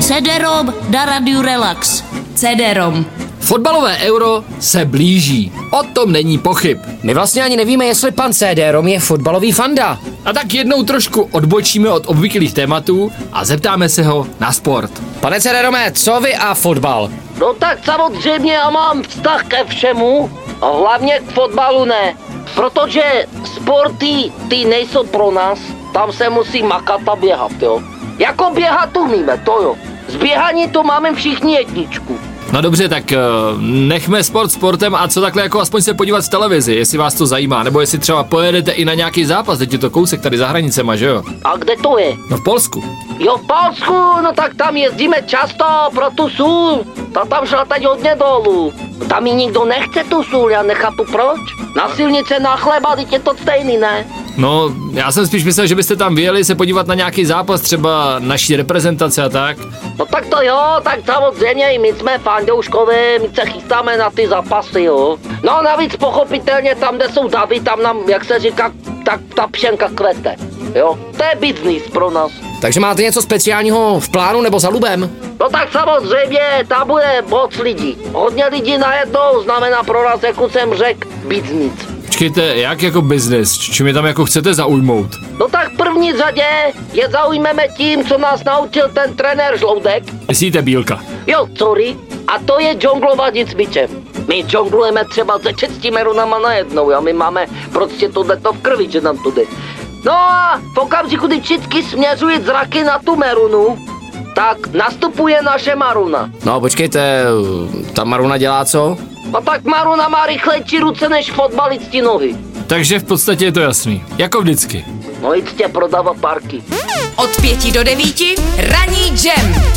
CD-ROM na Radiu Relax. CD-ROM. Fotbalové euro se blíží. O tom není pochyb. My vlastně ani nevíme, jestli pan CD-ROM je fotbalový fanda. A tak jednou trošku odbočíme od obvyklých tématů a zeptáme se ho na sport. Pane CD-ROMe, co vy a fotbal? No tak samozřejmě já mám vztah ke všemu, a hlavně k fotbalu ne. Protože sporty ty nejsou pro nás, tam se musí makat a běhat, jo. Jako běhat umíme, to jo. Z běhání to máme všichni jedničku. No dobře, tak eh, nechme sport sportem a co takhle jako aspoň se podívat v televizi, jestli vás to zajímá, nebo jestli třeba pojedete i na nějaký zápas, teď je to kousek tady za hranicema, že jo? A kde to je? No v Polsku. Jo, v Polsku, no tak tam jezdíme často pro tu sůl. Ta tam šla teď hodně dolů. Tam ji nikdo nechce tu sůl, já nechápu proč. Na silnice na chleba, teď je to stejný, ne? No, já jsem spíš myslel, že byste tam vyjeli se podívat na nějaký zápas, třeba naší reprezentace a tak. No tak to jo, tak samozřejmě i my jsme fandouškové, my se chystáme na ty zapasy, jo. No a navíc pochopitelně tam, kde jsou davy, tam nám, jak se říká, tak ta pšenka kvete. Jo, to je biznis pro nás. Takže máte něco speciálního v plánu nebo za lubem? No tak samozřejmě, tam bude moc lidí. Hodně lidí najednou znamená pro nás, jak už jsem řekl, biznic. Počkejte, jak jako biznis, čím je tam jako chcete zaujmout? No tak v první řadě je zaujmeme tím, co nás naučil ten trenér Žloudek. Myslíte bílka? Jo, sorry. A to je džonglování s bičem. My džonglujeme třeba ze šesti merunama najednou a my máme prostě tohle to v krvi, že nám to jde. No a v okamžiku, kdy všichni směřují zraky na tu merunu, tak nastupuje naše Maruna. No počkejte, ta Maruna dělá co? A No tak Maruna má rychlejší ruce než fotbalisti nohy. Takže v podstatě je to jasný. Jako vždycky. No jistě prodává parky. Od pěti do devíti ranní jam.